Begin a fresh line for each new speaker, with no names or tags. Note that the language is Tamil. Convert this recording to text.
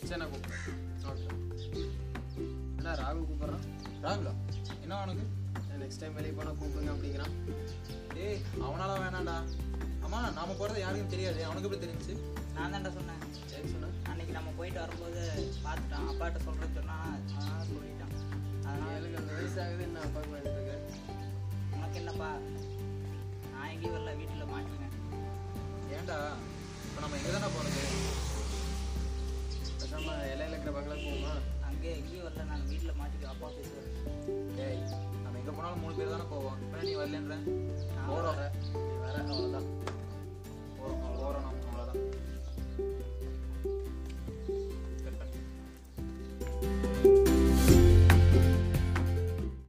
கிஷனை கூப்பிட்றேன் என்ன ராகுல் கூப்பிட்றான்
ராகுலா
என்ன அவனுக்கு
நெக்ஸ்ட் டைம் வெளியே போனால் கூப்பிடுங்க அப்படிங்கிறான்
டேய் அவனால வேணாம்டா அம்மா நாம போகிறது யாருக்கும் தெரியாது அவனுக்கு எப்படி தெரிஞ்சுச்சு
நான் தான்டா சொன்னேன்
சரி சொன்னேன்
அன்னைக்கு நம்ம போயிட்டு வரும்போது பார்த்துட்டான் அப்பாட்ட சொல்கிறேன்னு சொன்னால் அதனால் சொல்லிட்டான் அதனால்
ஏழுக்கு அந்த வயசாகுது என்ன அப்பாவுக்கு வேண்டிட்டு இருக்கேன்
உனக்கு என்னப்பா நான் எங்கேயும் வரல வீட்டில் மாட்டினேன்
ஏன்டா இப்போ நம்ம எங்கே தானே போகிறது
பேசாம இலையில இருக்கிற பங்களா போகுமா
அங்கே எங்கேயும் வரல நான் வீட்டில் மாட்டிக்க அப்பா பேசுவேன்
டேய் நம்ம எங்கே போனாலும் மூணு பேர் தானே போவோம் இப்போ நீ வரலன்ற
நான்
போகிறோம்
நீ வர அவ்வளோதான்
போகிறோம் போகிறோம் நம்ம அவ்வளோதான்